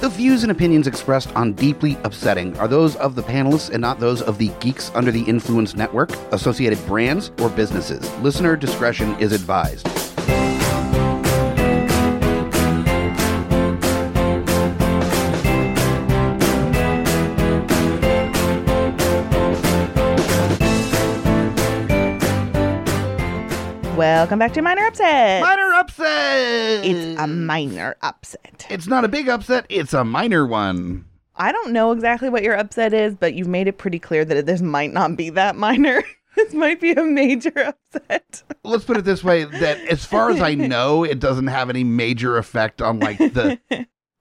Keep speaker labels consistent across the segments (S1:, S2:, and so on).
S1: The views and opinions expressed on Deeply Upsetting are those of the panelists and not those of the Geeks Under the Influence Network, associated brands, or businesses. Listener discretion is advised.
S2: Welcome back to Minor Upset.
S1: Minor upset!
S2: it's a minor upset.
S1: It's not a big upset, it's a minor one.
S2: I don't know exactly what your upset is, but you've made it pretty clear that this might not be that minor. this might be a major upset.
S1: Let's put it this way that as far as I know, it doesn't have any major effect on like the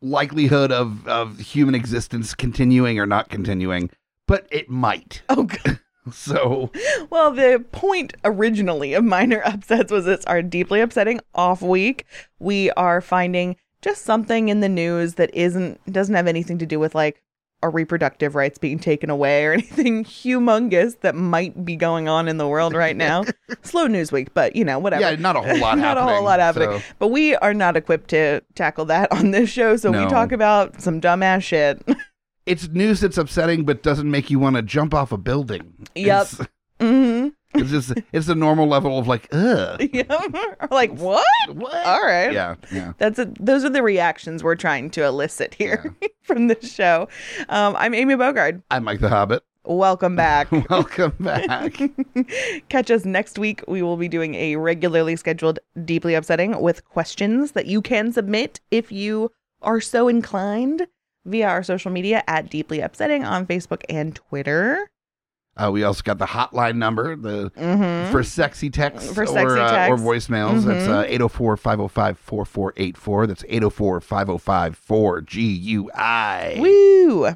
S1: likelihood of, of human existence continuing or not continuing, but it might.
S2: Oh, God.
S1: So
S2: Well, the point originally of minor upsets was it's our deeply upsetting off week. We are finding just something in the news that isn't doesn't have anything to do with like our reproductive rights being taken away or anything humongous that might be going on in the world right now. Slow news week, but you know, whatever.
S1: yeah, not a whole lot
S2: not
S1: happening.
S2: a whole lot happening.
S1: so-
S2: But we are not equipped to tackle that on this show, so
S1: No.
S2: we talk about some dumbass shit.
S1: it's news that's upsetting but doesn't make you want to jump off a building.
S2: Yep.
S1: It's,
S2: hmm
S1: it's just it's the normal level of like, ugh.
S2: Yep. Or like what?
S1: What?
S2: All right.
S1: Yeah, yeah.
S2: That's a, those are the reactions we're trying to elicit here from this show. Um, I'm Amy Bogard.
S1: I'm Mike the Hobbit.
S2: Welcome back.
S1: Welcome back.
S2: Catch us next week. We will be doing a regularly scheduled Deeply Upsetting with questions that you can submit if you are so inclined via our social media at Deeply Upsetting on Facebook and Twitter.
S1: Uh, we also got the hotline number the
S2: Mm-hmm.
S1: for sexy texts
S2: For
S1: or,
S2: sexy
S1: uh, or
S2: texts.
S1: voicemails. That's
S2: Mhm.
S1: uh, 804-505-4484. That's 804-505-4GUI.
S2: Woo!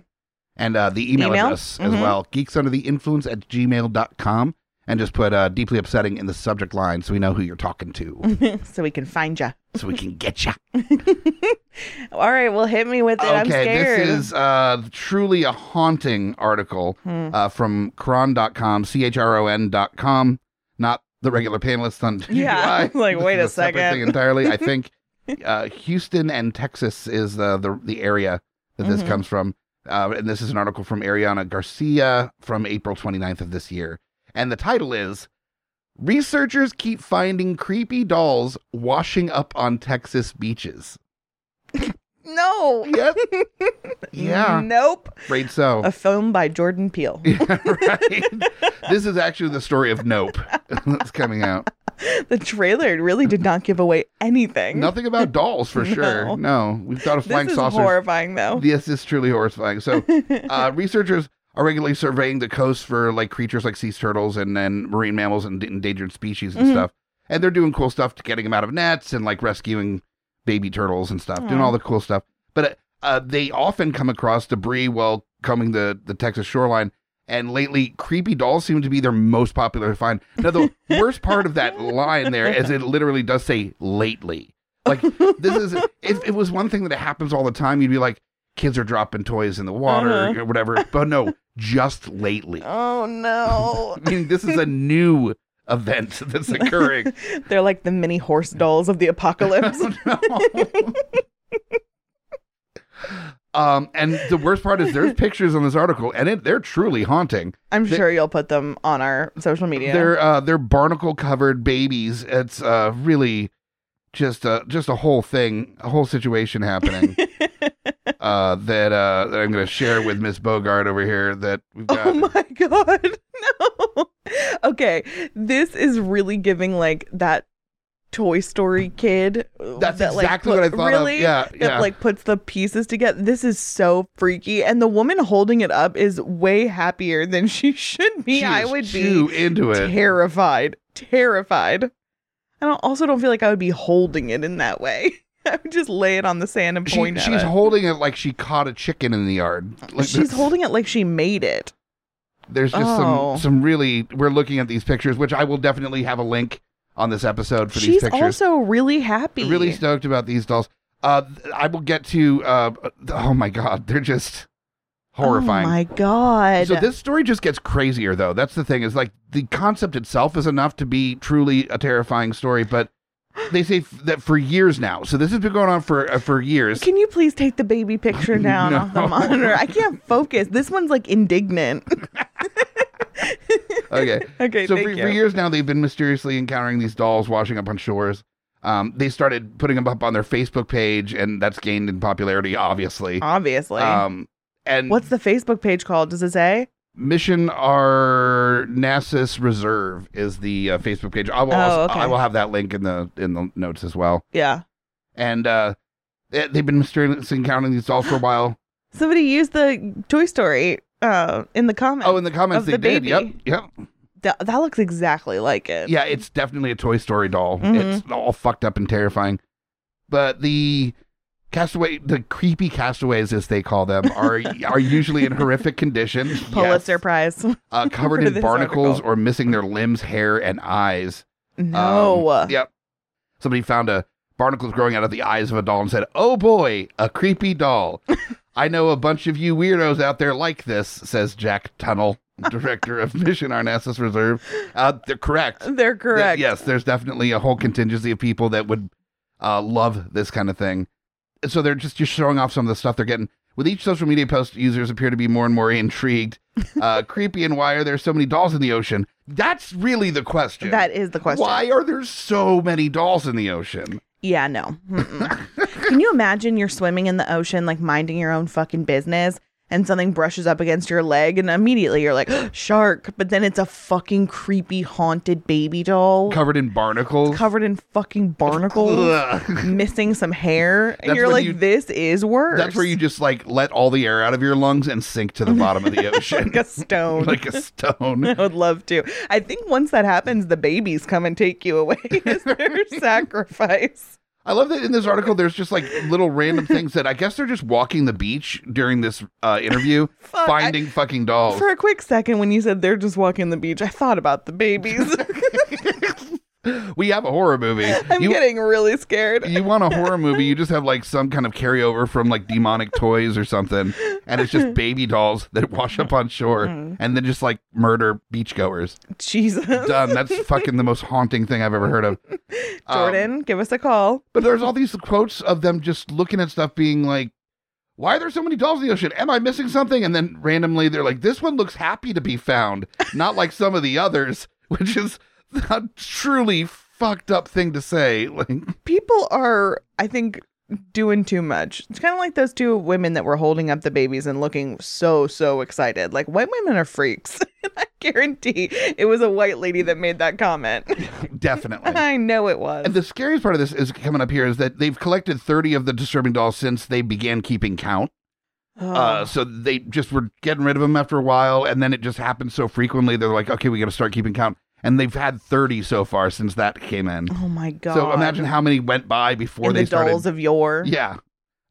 S1: and uh, the email,
S2: Email?
S1: address as
S2: Mhm.
S1: well geeks under the influence at gmail.com and just put uh, deeply upsetting in the subject line so we know who you're talking to
S2: so we can find you.
S1: so we can get you
S2: All right, well, hit me with it. I'm
S1: okay
S2: scared.
S1: this is uh, truly a haunting article
S2: Hmm.
S1: uh, from cron.com c-h-r-o-n.com not the regular panelists on
S2: Yeah,
S1: TGI.
S2: like,
S1: This
S2: wait
S1: is
S2: a
S1: separate
S2: second.
S1: thing entirely i think uh, houston and texas is uh, the, the area that this
S2: Mhm.
S1: comes from uh, and this is an article from ariana garcia from april 29th of this year and the title is researchers keep finding creepy dolls washing up on texas beaches
S2: No.
S1: yep yeah
S2: Nope.
S1: afraid so
S2: A film by Jordan Peele.
S1: Yeah, right. this is actually the story of Nope that's coming out.
S2: the trailer really did not give away anything.
S1: Nothing about dolls for
S2: No.
S1: sure. No, we've got a flying
S2: This is
S1: saucer.
S2: horrifying, though.
S1: Yes, it's truly horrifying. So, uh, researchers are regularly surveying the coast for like creatures like sea turtles and then marine mammals and endangered species and
S2: Mhm.
S1: stuff. And they're doing cool stuff to getting them out of nets and like rescuing baby turtles and stuff, doing
S2: Aw.
S1: all the cool stuff. But uh, uh, they often come across debris while combing the, the Texas shoreline. And lately, creepy dolls seem to be their most popular find. Now, the worst part of that line there is it literally does say lately. Like, this is, if it was one thing that happens all the time, you'd be like, kids are dropping toys in the water
S2: Uh-huh.
S1: or whatever. But no, just lately.
S2: oh, no.
S1: I mean, this is a new event that's occurring.
S2: They're like the mini horse dolls of the apocalypse.
S1: Oh, No. um, and the worst part is there's pictures on this article, and it, they're truly haunting.
S2: I'm
S1: They-
S2: sure you'll put them on our social media.
S1: They're uh, they're barnacle covered babies. It's uh, really just a just a whole thing, a whole situation happening. uh, that uh, that I'm going to share with Miss Bogart over here. That we've got.
S2: Oh my god. No. Okay. This is really giving like that Toy Story kid. uh,
S1: that's
S2: that, like,
S1: exactly
S2: put-
S1: what I thought
S2: really?
S1: of. Yeah,
S2: That
S1: yeah.
S2: like puts the pieces together. This is so freaky. And the woman holding it up is way happier than she should be.
S1: She
S2: I
S1: is
S2: would
S1: too
S2: be
S1: into it.
S2: terrified. Terrified. I don't, also don't feel like I would be holding it in that way. I would just lay it on the sand and
S1: She-
S2: point at
S1: she's
S2: it.
S1: holding it like she caught a chicken in the yard. Like
S2: she's
S1: this-
S2: holding it like she made it.
S1: There's just
S2: Oh.
S1: some some really. We're looking at these pictures, which I will definitely have a link on this episode for
S2: She's
S1: these pictures.
S2: also really happy.
S1: really stoked about these dolls. Uh, th- I will get to. Uh, oh my god, they're just horrifying.
S2: Oh my god.
S1: so this story just gets crazier, though. That's the thing is like the concept itself is enough to be truly a terrifying story, but they say f- that for years now. So this has been going on for uh, for years.
S2: Can you please take the baby picture down
S1: No.
S2: off the monitor? I can't focus. This one's like indignant.
S1: Okay.
S2: Okay,
S1: so
S2: thank
S1: for,
S2: you.
S1: for years now, they've been mysteriously encountering these dolls washing up on shores. Um, they started putting them up on their Facebook page, and that's gained in popularity, obviously.
S2: Obviously.
S1: Um, and
S2: What's the Facebook page called? Does it say?
S1: Mission R Nasus Reserve is the uh, Facebook page. I will
S2: Oh,
S1: also,
S2: okay.
S1: I will have that link in the in the notes as well.
S2: Yeah.
S1: And uh, they- they've been mysteriously encountering these dolls for a while.
S2: Somebody used the Toy Story uh, in the comments.
S1: Oh, in the comments
S2: Of
S1: they
S2: the
S1: did.
S2: baby.
S1: Yep,
S2: Th- that looks exactly like it.
S1: yep. Yeah, it's definitely a Toy Story doll.
S2: Mhm.
S1: It's all fucked up and terrifying. But the castaway, the creepy castaways, as they call them, are are usually in horrific condition.
S2: Pulitzer
S1: Yes.
S2: Prize.
S1: uh, covered
S2: for
S1: in
S2: this
S1: barnacles
S2: article.
S1: or missing their limbs, hair, and eyes.
S2: no.
S1: Um, yep. Somebody found a barnacles growing out of the eyes of a doll and said, "Oh boy, a creepy doll." I know a bunch of you weirdos out there like this," says Jack Tunnel, director of Mission Arnassus Reserve. Uh, they're correct.
S2: They're
S1: Th-
S2: correct.
S1: yes, there's definitely a whole contingency of people that would uh, love this kind of thing. So they're just just showing off some of the stuff they're getting. With each social media post, users appear to be more and more intrigued. Uh, creepy and why are there so many dolls in the ocean? That's really the question.
S2: That is the question.
S1: Why are there so many dolls in the ocean?
S2: Yeah, no. Mm-mm. Can you imagine you're swimming in the ocean, like minding your own fucking business, and something brushes up against your leg, and immediately you're like, shark, but then it's a fucking creepy, haunted baby doll
S1: Covered in barnacles.
S2: covered in fucking barnacles,
S1: Ugh.
S2: missing some hair, and
S1: That's
S2: you're
S1: when
S2: like,
S1: you-
S2: this is worse.
S1: That's where you just like let all the air out of your lungs and sink to the bottom of the ocean
S2: like a stone.
S1: like a stone.
S2: I would love to. I think once that happens, the babies come and take you away as their sacrifice.
S1: I love that in this article, there's just like little random things that I guess they're just walking the beach during this uh, interview,
S2: Fuck, I-
S1: finding fucking dolls.
S2: For a quick second, when you said they're just walking the beach, I thought about the babies.
S1: we have a horror movie.
S2: I'm
S1: you,
S2: getting really scared.
S1: you want a horror movie, you just have like some kind of carryover from like demonic toys or something. And it's just baby dolls that wash up on shore
S2: Mm-hmm.
S1: and then just like murder beachgoers.
S2: Jesus.
S1: Done. That's fucking the most haunting thing I've ever heard of. Um,
S2: Jordan, give us a call.
S1: But there's all these quotes of them just looking at stuff, being like, "Why are there so many dolls in the ocean? Am I missing something?" And then randomly they're like, "This one looks happy to be found, not like some of the others," which is a truly fucked up thing to say. Like,
S2: People are, I think, doing too much. It's kind of like those two women that were holding up the babies and looking so, so excited. Like, white women are freaks. I guarantee it was a white lady that made that comment.
S1: definitely.
S2: I know it was.
S1: And the scariest part of this is coming up here is that they've collected 30 of the disturbing dolls since they began keeping count.
S2: Oh.
S1: Uh, so they just were getting rid of them after a while, and then it just happened so frequently. They're like, okay, we got to start keeping count. And they've had 30 so far since that came in.
S2: oh my God.
S1: So imagine how many went by before
S2: In
S1: they
S2: the
S1: started.
S2: dolls of yore.
S1: yeah.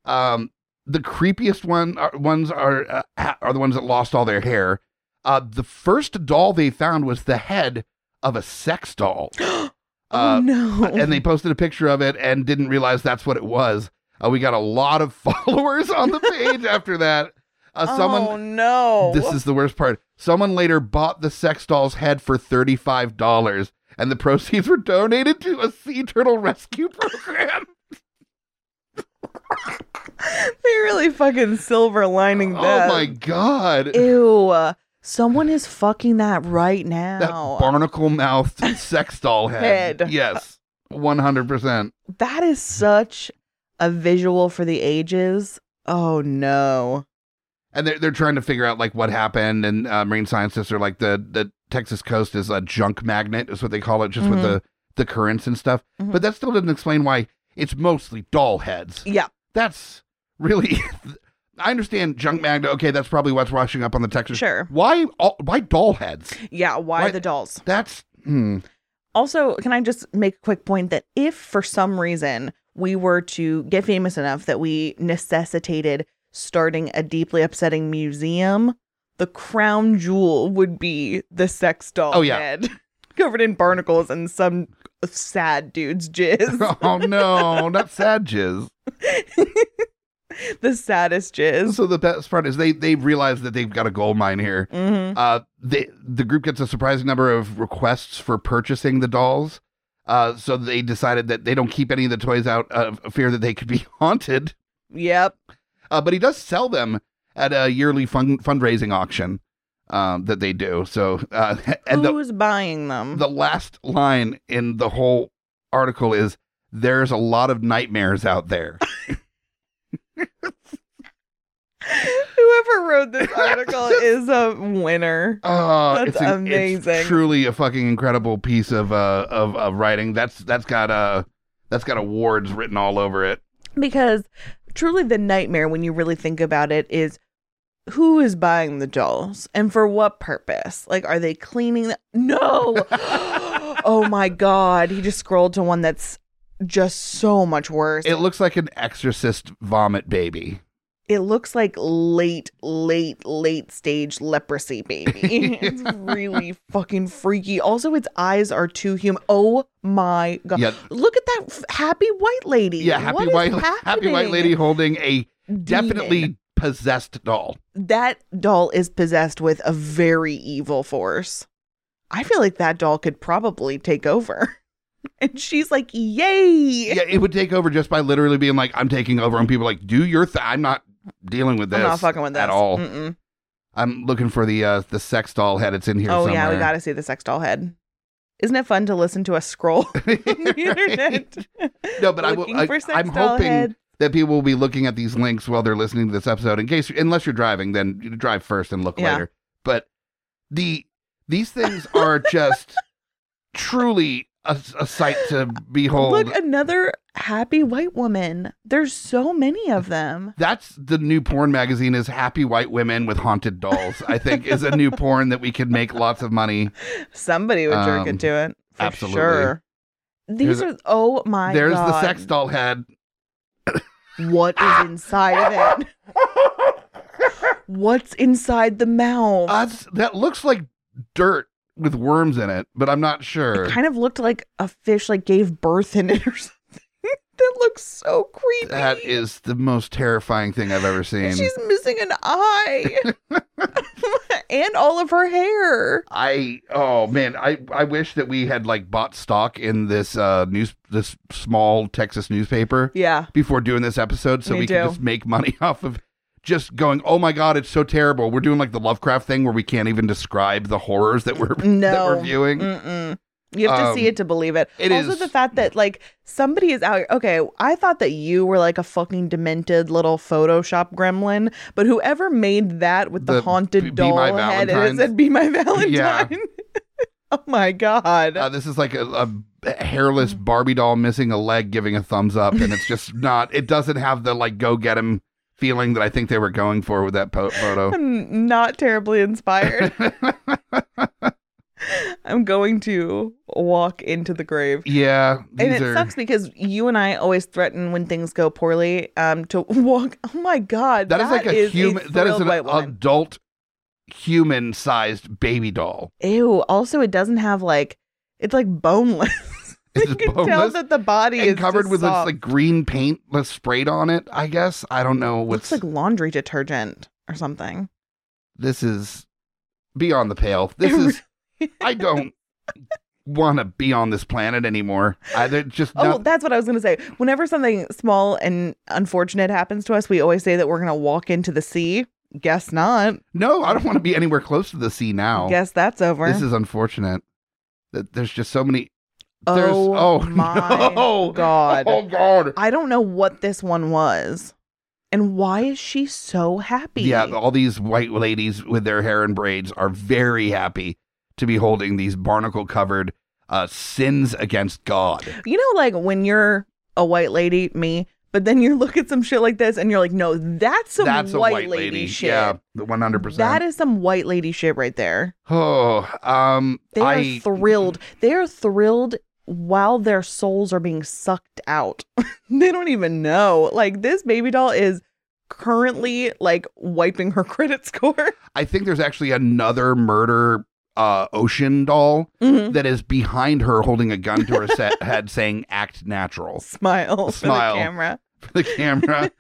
S1: Um, the creepiest one are, ones are uh, ha- are the ones that lost all their hair. Uh, the first doll they found was the head of a sex doll,
S2: oh
S1: Uh,
S2: no.
S1: and they posted a picture of it and didn't realize that's what it was. Uh, we got a lot of followers on the page after that. Uh,
S2: oh
S1: someone,
S2: no.
S1: this is the worst part. Someone later bought the sex doll's head for thirty five dollars, and the proceeds were donated to a sea turtle rescue program.
S2: they really fucking silver lining
S1: Oh
S2: that.
S1: my god.
S2: Ew. Someone is fucking that right now.
S1: that barnacle mouthed sex doll head.
S2: Head.
S1: Yes. 100%.
S2: that is such a visual for the ages. Oh no.
S1: And they're, they're trying to figure out like what happened. And uh, marine scientists are like the, the Texas coast is a junk magnet is what they call it, just with
S2: Mhm.
S1: the, the currents and stuff.
S2: Mhm.
S1: But that still doesn't explain why it's mostly doll heads.
S2: Yeah.
S1: That's really, I understand junk magnet. Okay. That's probably what's washing up on the Texas.
S2: Sure.
S1: Why, all, why doll heads?
S2: Yeah. Why
S1: Why-
S2: the dolls?
S1: That's, hmm.
S2: Also, can I just make a quick point that if for some reason we were to get famous enough that we necessitated starting a deeply upsetting museum, the crown jewel would be the sex doll
S1: Oh, yeah.
S2: head covered in barnacles and some sad dude's jizz.
S1: oh no, not sad jizz.
S2: the saddest jizz.
S1: So the best part is they they realize that they've got a gold mine here.
S2: Mm-hmm.
S1: Uh, they, the group gets a surprising number of requests for purchasing the dolls. Uh, so they decided that they don't keep any of the toys out of fear that they could be haunted.
S2: Yep.
S1: Uh, but he does sell them at a yearly fun- fundraising auction um, that they do. So uh, and the,
S2: Who's buying them?
S1: the last line in the whole article is there's a lot of nightmares out there.
S2: Whoever wrote this article is a winner.
S1: Oh,
S2: That's
S1: it's an- it's
S2: amazing.
S1: truly a fucking incredible piece of uh of, of writing. That's that's got uh that's got awards written all over it.
S2: Because truly, the nightmare, when you really think about it, is who is buying the dolls and for what purpose? Like, are they cleaning? The- no. oh my God. He just scrolled to one that's just so much worse.
S1: It looks like an exorcist vomit baby.
S2: it looks like late, late, late stage leprosy, baby. it's really fucking freaky. Also, its eyes are too human. Oh my god!
S1: Yeah.
S2: Look at that f- happy white lady.
S1: Yeah, happy
S2: What is
S1: white happy white
S2: happening?
S1: lady holding a
S2: Demon.
S1: definitely possessed doll.
S2: that doll is possessed with a very evil force. I feel like that doll could probably take over. And she's like, "Yay!"
S1: Yeah, it would take over just by literally being like, "I'm taking over," and people are like, "Do your thing. I'm not dealing with this.
S2: I'm not fucking with this
S1: at all.
S2: Mm-mm.
S1: I'm looking for the uh the sex doll head. It's in here.
S2: Oh yeah, we
S1: somewhere.
S2: got to see the sex doll head. Isn't it fun to listen to us scroll? on the internet.
S1: No, but I will-
S2: Looking
S1: I-
S2: for sex
S1: I'm
S2: doll
S1: hoping-
S2: head.
S1: that people will be looking at these links while they're listening to this episode. In case, unless you're driving, then you drive first and look
S2: Yeah.
S1: later. But the these things are just truly a, a sight to behold.
S2: Look, uh, another happy white woman. There's so many of them.
S1: That's the new porn magazine is happy white women with haunted dolls. I think is a new porn that we could make lots of money.
S2: Somebody would jerk
S1: Um,
S2: into it for
S1: absolutely.
S2: sure. These
S1: Here's a-
S2: are oh my
S1: There's
S2: god.
S1: the sex doll head.
S2: What is inside of it? What's inside the mouth?
S1: That's, Uh, that looks like dirt with worms in it, but I'm not sure.
S2: it kind of looked like a fish like gave birth in it or something. that looks so creepy.
S1: That is the most terrifying thing I've ever seen.
S2: She's missing an eye. and all of her hair.
S1: I oh man, I I wish that we had like bought stock in this uh news this small Texas newspaper
S2: Yeah.
S1: before doing this episode so
S2: Me
S1: we can
S2: too.
S1: just make money off of just going, "Oh my god, it's so terrible." We're doing like the Lovecraft thing where we can't even describe the horrors that we're that
S2: No.
S1: we're viewing.
S2: Mm-mm. You have to see
S1: Um,
S2: it to believe it.
S1: it
S2: also
S1: is-
S2: the fact that like somebody is out here. Okay, I thought that you were like a fucking demented little Photoshop gremlin, but whoever made that with the,
S1: The
S2: haunted
S1: B- Be
S2: doll
S1: My
S2: head and
S1: Valentine's?
S2: it said "Be My Valentine." oh my god!
S1: Uh, this is like a, a hairless Barbie doll missing a leg giving a thumbs up and it's just not it doesn't have the like go get him feeling that I think they were going for with that po- photo.
S2: I'm not terribly inspired. I'm going to walk into the grave.
S1: Yeah,
S2: And
S1: these
S2: it
S1: are
S2: sucks because you and I always threaten when things go poorly um, to walk. Oh my god!
S1: that is like a human. that is
S2: thrilled
S1: an
S2: white woman.
S1: adult human-sized baby doll.
S2: Ew. Also, it doesn't have like it's like boneless.
S1: It's
S2: you can tell
S1: boneless
S2: that the body
S1: And
S2: is
S1: covered
S2: just
S1: with this
S2: soft.
S1: like green paint that's sprayed on it. I guess I don't know
S2: looks
S1: what's
S2: like laundry detergent or something.
S1: this is beyond the pale. This is I don't want to be on this planet anymore. I there's just
S2: Oh,
S1: not,
S2: that's what I was gonna say. Whenever something small and unfortunate happens to us, we always say that we're gonna walk into the sea. Guess not.
S1: no, I don't want to be anywhere close to the sea now.
S2: Guess that's over.
S1: This is unfortunate. That there's just so many. There's
S2: oh,
S1: oh
S2: my
S1: no.
S2: god!
S1: Oh god.
S2: I don't know what this one was, and why is she so happy?
S1: Yeah, all these white ladies with their hair in braids are very happy to be holding these barnacle covered uh, sins against God.
S2: You know, like when you're a white lady, me, but then you look at some shit like this and you're like, no, that's some
S1: That's a
S2: white,
S1: white
S2: lady, shit.
S1: Yeah, the 100%.
S2: That is some white lady shit right there.
S1: oh, um,
S2: They are
S1: I,
S2: thrilled. They are thrilled while their souls are being sucked out. they don't even know. Like this baby doll is currently like wiping her credit score.
S1: I think there's actually another murder uh, ocean doll
S2: Mhm.
S1: that is behind her holding a gun to her set, head saying, act natural.
S2: Smile,
S1: Smile.
S2: for the camera.
S1: the camera.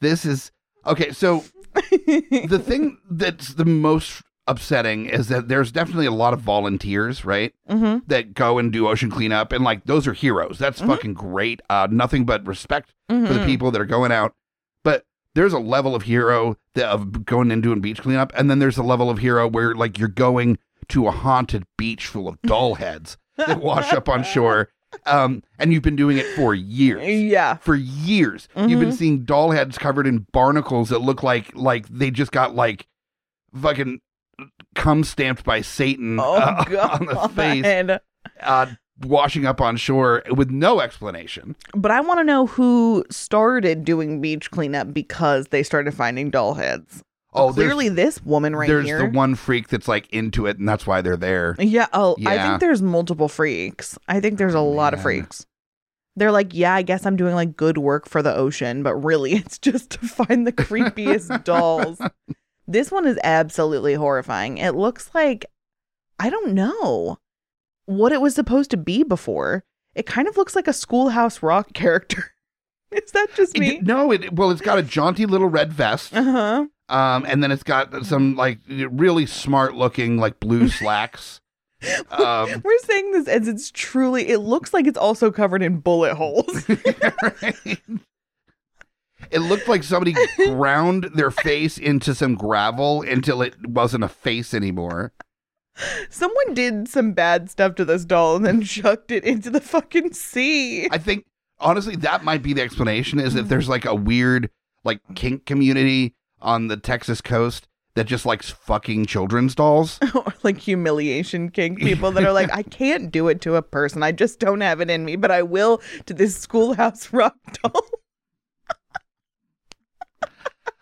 S1: this is okay. So the thing that's the most upsetting is that there's definitely a lot of volunteers, right?
S2: Mm-hmm.
S1: That go and do ocean cleanup and like those are heroes. That's
S2: Mhm.
S1: fucking great. Uh nothing but respect
S2: mm-hmm.
S1: for the people that are going out. But there's a level of hero that of going and doing beach cleanup, and then there's a level of hero where like you're going to a haunted beach full of doll heads that wash up on shore, um, and you've been doing it for years.
S2: Yeah.
S1: For years, you've been
S2: Mhm.
S1: seeing doll heads covered in barnacles that look like like they just got like fucking cum stamped by Satan
S2: Oh
S1: uh, on
S2: god.
S1: the face, uh, washing up on shore with no explanation.
S2: But I want to know who started doing beach cleanup because they started finding doll heads.
S1: Oh, there's
S2: Clearly, this woman right
S1: there's
S2: here.
S1: the one freak that's like into it and that's why they're there
S2: Yeah, oh, I
S1: Yeah.
S2: think there's multiple freaks. I think there's a
S1: Oh,
S2: lot of
S1: man.
S2: freaks. They're like, yeah, I guess I'm doing like good work for the ocean, but really it's just to find the creepiest dolls. This one is absolutely horrifying. It looks like I don't know what it was supposed to be before. It kind of looks like a schoolhouse rock character. is that just
S1: It-
S2: me?
S1: no it well it's got a jaunty little red vest
S2: Uh-huh.
S1: um and then it's got some like really smart looking like blue slacks um
S2: We're saying this as it's truly it looks like it's also covered in bullet holes.
S1: right? it looked like somebody ground their face into some gravel until it wasn't a face anymore
S2: Someone did some bad stuff to this doll and then chucked it into the fucking sea.
S1: i think honestly that might be the explanation is
S2: Mm-hmm.
S1: if there's like a weird like kink community on the texas coast that just likes fucking children's dolls
S2: or like humiliation kink people that are like, I can't do it to a person. I just don't have it in me, but I will to this schoolhouse rock doll.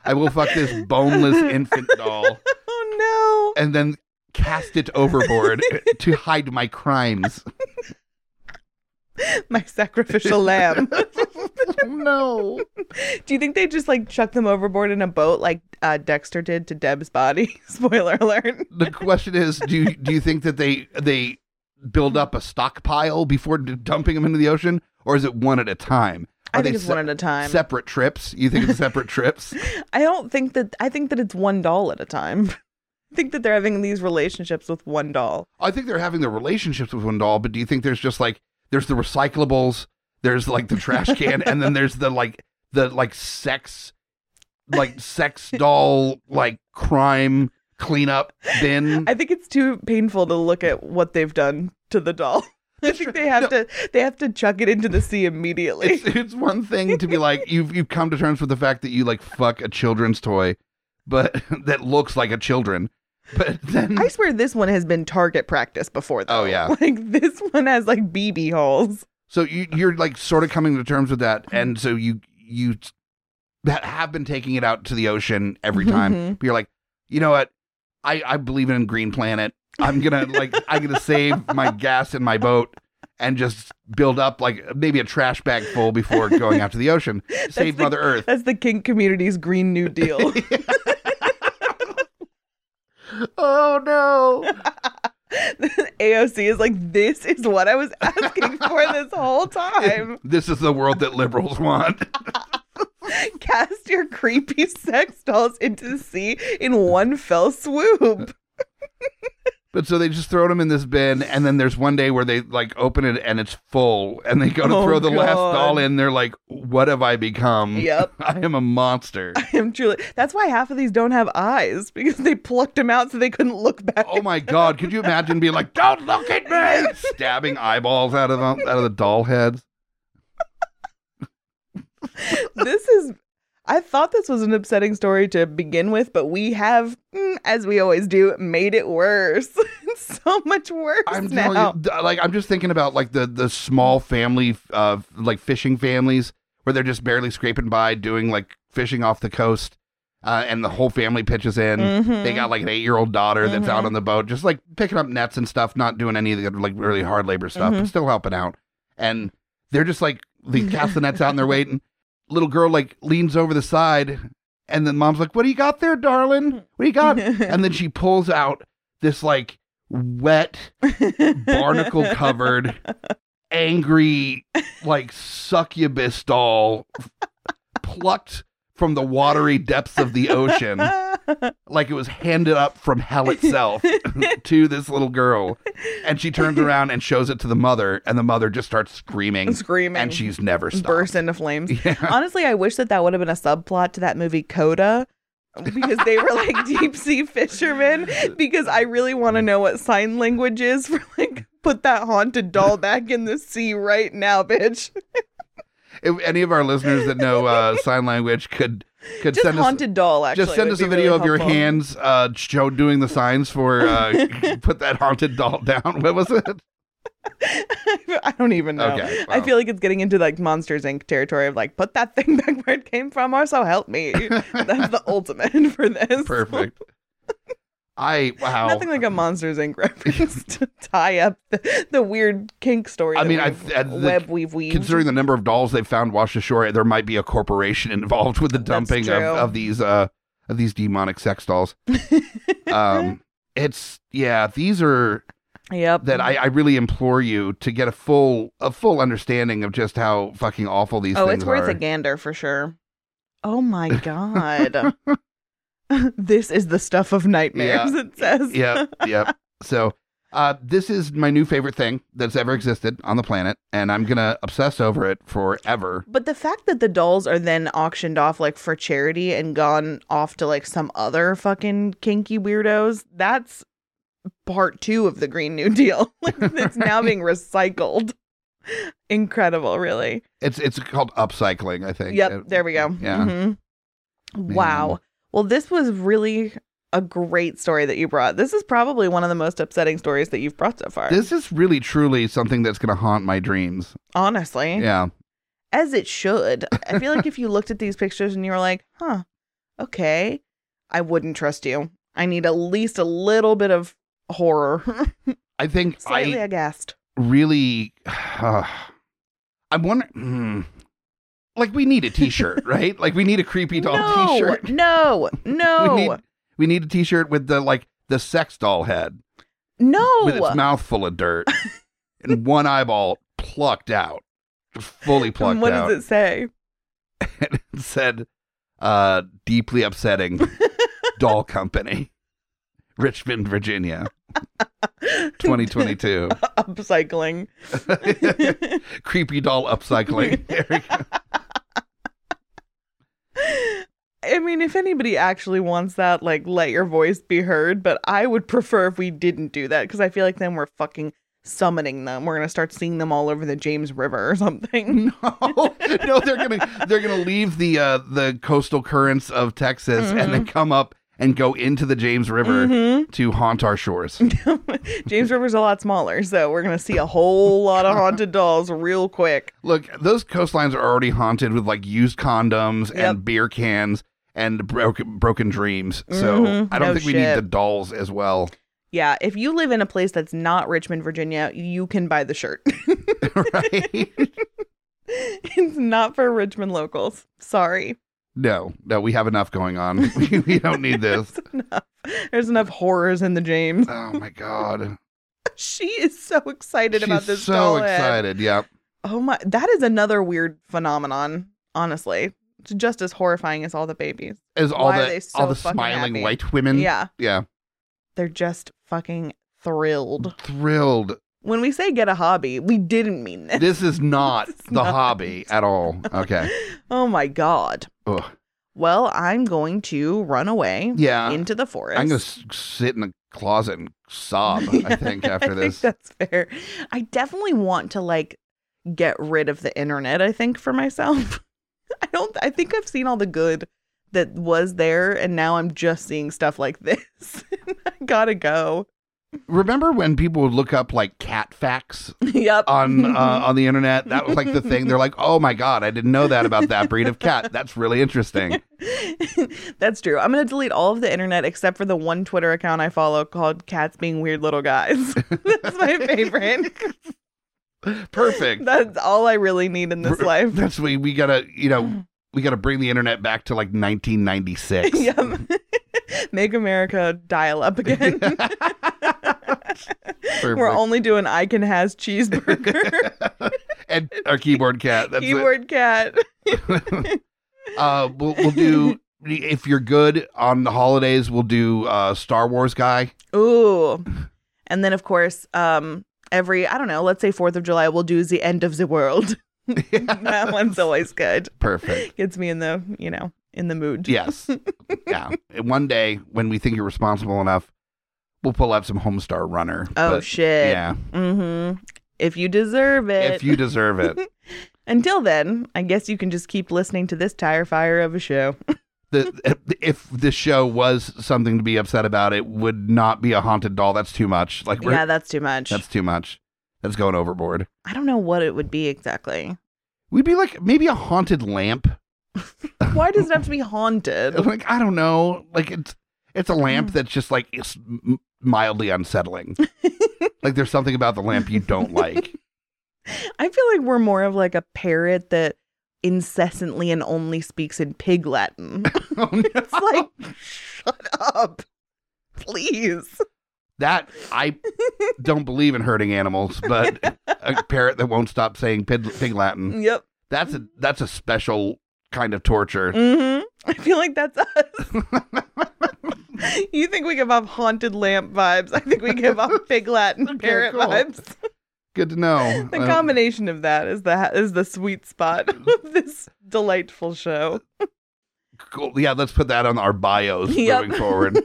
S1: I will fuck this boneless infant doll
S2: oh
S1: and then cast it overboard to hide my crimes.
S2: no. My sacrificial lamb.
S1: no.
S2: do you think they just like chuck them overboard in a boat like uh, Dexter did to Deb's body? Spoiler alert.
S1: The question is, do you, do you think that they they build up a stockpile before d- dumping them into the ocean, or is it one at a time? Are
S2: I think
S1: they
S2: it's one at a time.
S1: separate trips? You think it's separate trips?
S2: I don't think that I think that it's one doll at a time. I think that they're having these relationships with one doll.
S1: I think they're having their relationships with one doll, but do you think there's just like there's the recyclables, there's like the trash can, and then there's the like the like sex like sex doll like crime cleanup bin.
S2: I think it's too painful to look at what they've done to the doll. I think they have to they have to chuck it into the sea immediately.
S1: It's, it's one thing to be like you've you've come to terms with the fact that you like fuck a children's toy, but that looks like a children. But then
S2: I swear this one has been target practice before though.
S1: Oh, yeah.
S2: Like this one has like BB holes.
S1: So you you're like sort of coming to terms with that, and so you you t- ha- have been taking it out to the ocean every time.
S2: Mhm.
S1: But you're like, you know what? I I believe in Green Planet. I'm gonna like I'm gonna save my gas in my boat and just build up like maybe a trash bag full before going out to the ocean. save
S2: the-
S1: Mother Earth.
S2: That's the kink community's green new deal.
S1: Oh no!
S2: AOC is like this is what I was asking for this whole time.
S1: This is the world that liberals want.
S2: Cast your creepy sex dolls into the sea in one fell swoop.
S1: Mm-hmm. But so they just throw them in this bin, and then there's one day where they like open it and it's full, and they go to
S2: Oh,
S1: throw the last
S2: God.
S1: doll in. They're like, "What have I become?
S2: Yep.
S1: I am a monster."
S2: I am truly. That's why half of these don't have eyes because they plucked them out so they couldn't look back.
S1: oh my God! Could you imagine being like, "Don't look at me!" Stabbing eyeballs out of the, out of the doll heads.
S2: this is. I thought this was an upsetting story to begin with, but we have, mm, as we always do, made it worse. It's so much worse
S1: I'm telling
S2: now.
S1: you, th- like, I'm just thinking about like the the small family, uh, like fishing families where they're just barely scraping by, doing like fishing off the coast, uh, and the whole family pitches in.
S2: Mhm.
S1: They got like an eight year old daughter that's out
S2: Mhm.
S1: on the boat, just like picking up nets and stuff, not doing any of the like really hard labor stuff, but
S2: Mhm.
S1: still helping out. And they're just like, they cast the nets out and they're waiting. Little girl like leans over the side, and then mom's like, What do you got there, darling? What do you got?
S2: Mm-hmm.
S1: and then she pulls out this like wet, barnacle covered, angry, like succubus doll plucked. from the watery depths of the ocean, like it was handed up from hell itself to this little girl. And she turns around and shows it to the mother, and the mother just starts screaming,
S2: Screaming.
S1: and she's never stopped.
S2: burst into flames.
S1: Yeah.
S2: Honestly, I wish that that would have been a subplot to that movie Coda because they were like deep sea fishermen because I really want to know what sign language is for like put that haunted doll back in the sea right now, bitch.
S1: If any of our listeners that know uh, sign language could could
S2: Just
S1: send us
S2: haunted doll actually.
S1: just send
S2: would
S1: us a
S2: be
S1: video
S2: really
S1: of your
S2: helpful.
S1: hands uh show doing the signs for uh put that haunted doll down what was it
S2: I don't even know.
S1: Okay,
S2: I
S1: wow.
S2: feel like it's getting into like Monsters Inc. territory of like put that thing back where it came from or so help me. That's the ultimate for this.
S1: perfect i wow
S2: Nothing like a Monsters Inc. reference to tie up the, the weird kink story.
S1: I
S2: that
S1: mean, I-
S2: we've-
S1: I- the-
S2: web we've weaved.
S1: considering the number of dolls they found washed ashore there might be a corporation involved with the
S2: That's
S1: dumping of,
S2: true.
S1: of these uh of these demonic sex dolls um it's yeah these are
S2: yep,
S1: that I, I really implore you to get a full a full understanding of just how fucking awful these
S2: oh,
S1: things
S2: it's worth
S1: are.
S2: a gander for sure. Oh my god, this is the stuff of nightmares. It says,
S1: yep, yep. So uh, this is my new favorite thing that's ever existed on the planet, and I'm gonna obsess over it forever.
S2: But the fact that the dolls are then auctioned off like for charity and gone off to like some other fucking kinky weirdos, that's part two of the Green New Deal. like it's now being recycled. Incredible, really.
S1: It's it's called upcycling, I think.
S2: Yep,
S1: Uh,
S2: there we go.
S1: Yeah.
S2: Mhm. Wow. Well, this was really a great story that you brought. This is probably one of the most upsetting stories that you've brought so far.
S1: This is really truly something that's gonna haunt my dreams.
S2: Honestly.
S1: Yeah.
S2: as it should. I feel like if you looked at these pictures and you were like, huh, okay, I wouldn't trust you. I need at least a little bit of horror.
S1: I think
S2: Slightly
S1: I
S2: aghast.
S1: really uh, I'm wondering mm, like we need a t-shirt, right? Like we need a creepy doll
S2: no,
S1: t-shirt.
S2: no, no,
S1: We need we need a t-shirt with the like the sex doll head. with its
S2: no.
S1: mouth full of dirt and one eyeball plucked out, just fully plucked
S2: And what
S1: out.
S2: does it say?
S1: It said, uh, "Deeply upsetting, doll company, Richmond, Virginia, 2022,
S2: Upcycling.
S1: creepy doll upcycling." There we go.
S2: I mean, if anybody actually wants that, like, let your voice be heard. But I would prefer if we didn't do that because I feel like then we're fucking summoning them. We're going to start seeing them all over the James River or something.
S1: no, no, they're gonna they're gonna leave the uh, the coastal currents of Texas and
S2: Mm-hmm.
S1: then come up and go into the James River
S2: Mhm.
S1: to haunt our shores.
S2: James River's a lot smaller, so we're going to see a whole lot of haunted dolls real quick.
S1: Look, those coastlines are already haunted with like used condoms
S2: Yep.
S1: and beer cans and broken broken dreams. So
S2: Mhm.
S1: I don't
S2: No
S1: think we need
S2: shit.
S1: the dolls as well.
S2: Yeah, if you live in a place that's not Richmond, Virginia, you can buy the shirt.
S1: right?
S2: it's not for Richmond locals. Sorry.
S1: no, no, we have enough going on. we we don't need this.
S2: Enough. There's enough horrors in the James.
S1: Oh my god,
S2: She is so excited
S1: she's
S2: about this
S1: so
S2: doll head.
S1: excited. Yeah,
S2: Oh my, that is another weird phenomenon, honestly. It's just as horrifying as all the babies.
S1: as all
S2: Why are
S1: the
S2: they so
S1: all the
S2: fucking
S1: smiling
S2: happy?
S1: white women.
S2: yeah,
S1: yeah,
S2: they're just fucking thrilled.
S1: thrilled.
S2: When we say get a hobby, we didn't mean this.
S1: This is not
S2: It's
S1: the
S2: not.
S1: hobby at all. Okay.
S2: Oh my god.
S1: Ugh.
S2: Well, I'm going to run away
S1: Yeah.
S2: into the forest.
S1: I'm gonna s- sit in a closet and sob. I think after
S2: I
S1: this.
S2: think that's fair. I definitely want to like get rid of the internet, I think, for myself. I don't I think I've seen all the good that was there and now I'm just seeing stuff like this. I gotta go.
S1: Remember when people would look up like cat facts
S2: yep.
S1: on uh, on the internet? That was like the thing. They're like, "Oh my god, I didn't know that about that breed of cat. That's really interesting."
S2: That's true. I'm gonna delete all of the internet except for the one Twitter account I follow called Cats Being Weird Little Guys. That's my favorite.
S1: Perfect.
S2: That's all I really need in this
S1: Br-
S2: life.
S1: That's we we gotta you know we gotta bring the internet back to like 1996.
S2: yep. Make America dial up again. We're
S1: Perfect.
S2: only doing I can has cheeseburger.
S1: and our keyboard cat. That's it.
S2: Keyboard cat.
S1: Uh, we'll, we'll do if you're good on the holidays. We'll do uh, Star Wars guy.
S2: Ooh. And then, of course, um, every, I don't know, let's say 4th of July, we'll do the end of the world. that one's always good.
S1: Perfect.
S2: Gets me in the, you know, in the mood.
S1: Yes. yeah. And one day when we think you're responsible enough, we'll pull out some Homestar Runner.
S2: Oh,
S1: But,
S2: shit.
S1: yeah.
S2: Mm-hmm. If you deserve it.
S1: If you deserve it.
S2: Until then, I guess you can just keep listening to this tire fire of a show.
S1: The, if this show was something to be upset about, it would not be a haunted doll. That's too much. Like we're,
S2: yeah, that's too much.
S1: that's too much. That's going overboard.
S2: I don't know what it would be exactly.
S1: We'd be like maybe a haunted lamp.
S2: Why does it have to be haunted?
S1: Like I don't know. Like it's it's a
S2: Mm.
S1: lamp that's just like it's m- mildly unsettling. like there's something about the lamp you don't like.
S2: I feel like we're more of like a parrot that incessantly and only speaks in pig Latin.
S1: Oh, no.
S2: It's like, shut up, please.
S1: that I don't believe in hurting animals, but a parrot that won't stop saying pig, pig Latin.
S2: Yep.
S1: That's a that's a special kind of torture.
S2: hmm I feel like that's us. you think we give off haunted lamp vibes? I think we give off pig Latin
S1: Okay,
S2: parrot
S1: cool.
S2: vibes.
S1: Good to know.
S2: The
S1: Uh,
S2: combination of that is the is the sweet spot of this delightful show.
S1: cool. Yeah, let's put that on our bios
S2: Yep.
S1: moving forward.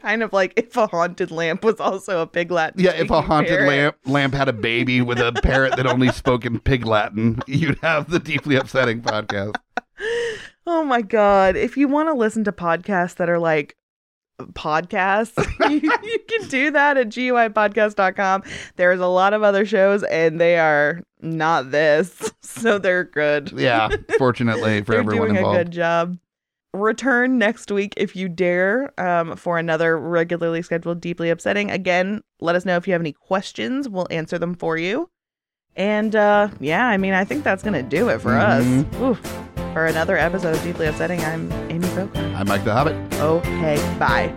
S2: Kind of like if a haunted lamp was also a pig Latin.
S1: Yeah, if a
S2: speaking
S1: haunted
S2: parrot.
S1: lamp lamp had a baby with a parrot that only spoke in pig Latin, you'd have the deeply upsetting podcast.
S2: Oh my god! If you want to listen to podcasts that are like podcasts, you, you can do that at guipodcast.com. There's a lot of other shows, and they are not this, so they're good.
S1: Yeah, fortunately for
S2: They're
S1: everyone
S2: doing
S1: involved.
S2: a good job. Return next week if you dare um, for another regularly scheduled deeply upsetting. Again, let us know if you have any questions. We'll answer them for you. And uh, yeah, I mean, I think that's gonna do it for
S1: Mm-hmm.
S2: us. Oof. For another episode of Deeply Upsetting, I'm Amy Broker.
S1: I'm Mike the Hobbit.
S2: Okay, bye.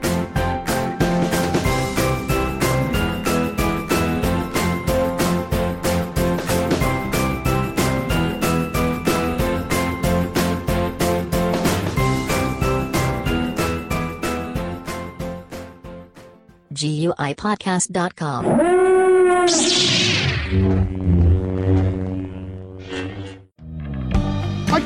S3: GUIPodcast.com.
S1: Mike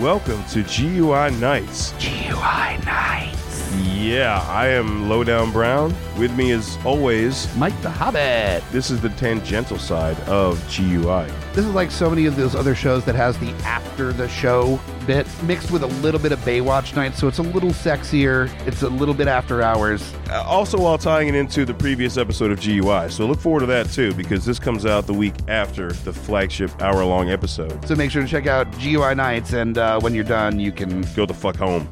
S4: Welcome to GUI Nights.
S1: GUI Nights.
S4: Yeah, I am Lowdown Brown. With me, as always,
S1: Mike the Hobbit.
S4: this is the tangential side of GUI.
S1: This is like so many of those other shows that has the after the show bit mixed with a little bit of Baywatch night, so it's a little sexier. It's a little bit after hours.
S4: Uh, Also, while tying it into the previous episode of GUI, so look forward to that too, because this comes out the week after the flagship hour-long episode.
S1: So make sure to check out GUI Nights, and uh, when you're done, you can
S4: Go the fuck home.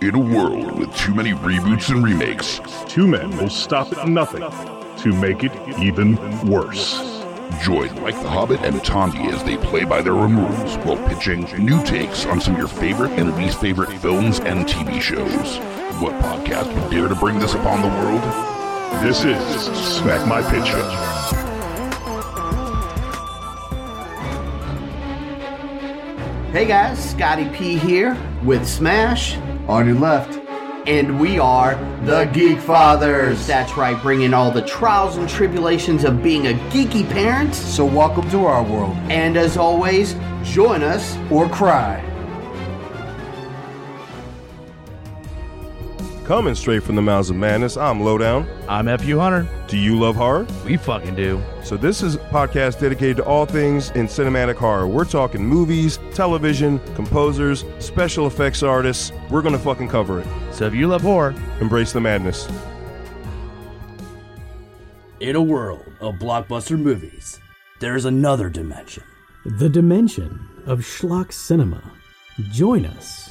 S5: In a world with too many reboots and remakes,
S6: Two men will stop at nothing to make it even worse.
S5: join Mike the Hobbit and Tandy as they play by their own rules while pitching new takes on some of your favorite and least favorite films and TV shows. What podcast would dare to bring this upon the world? This is Smack My Pitch Up.
S7: Hey guys, Scotty P here with Smash on your left. And we are the Geek Fathers. That's right, bringing all the trials and tribulations of being a geeky parent. So, welcome to our world. And as always, join us or cry.
S4: Coming straight from the mouths of madness, I'm Lowdown.
S8: I'm FU Hunter.
S4: Do you love horror?
S8: We fucking do.
S4: So this is a podcast dedicated to all things in cinematic horror. We're talking movies, television, composers, special effects artists. We're gonna fucking cover it.
S8: So if you love horror,
S4: Embrace the madness.
S9: In a world of blockbuster movies, there's another dimension.
S10: The dimension of schlock cinema.
S3: Join us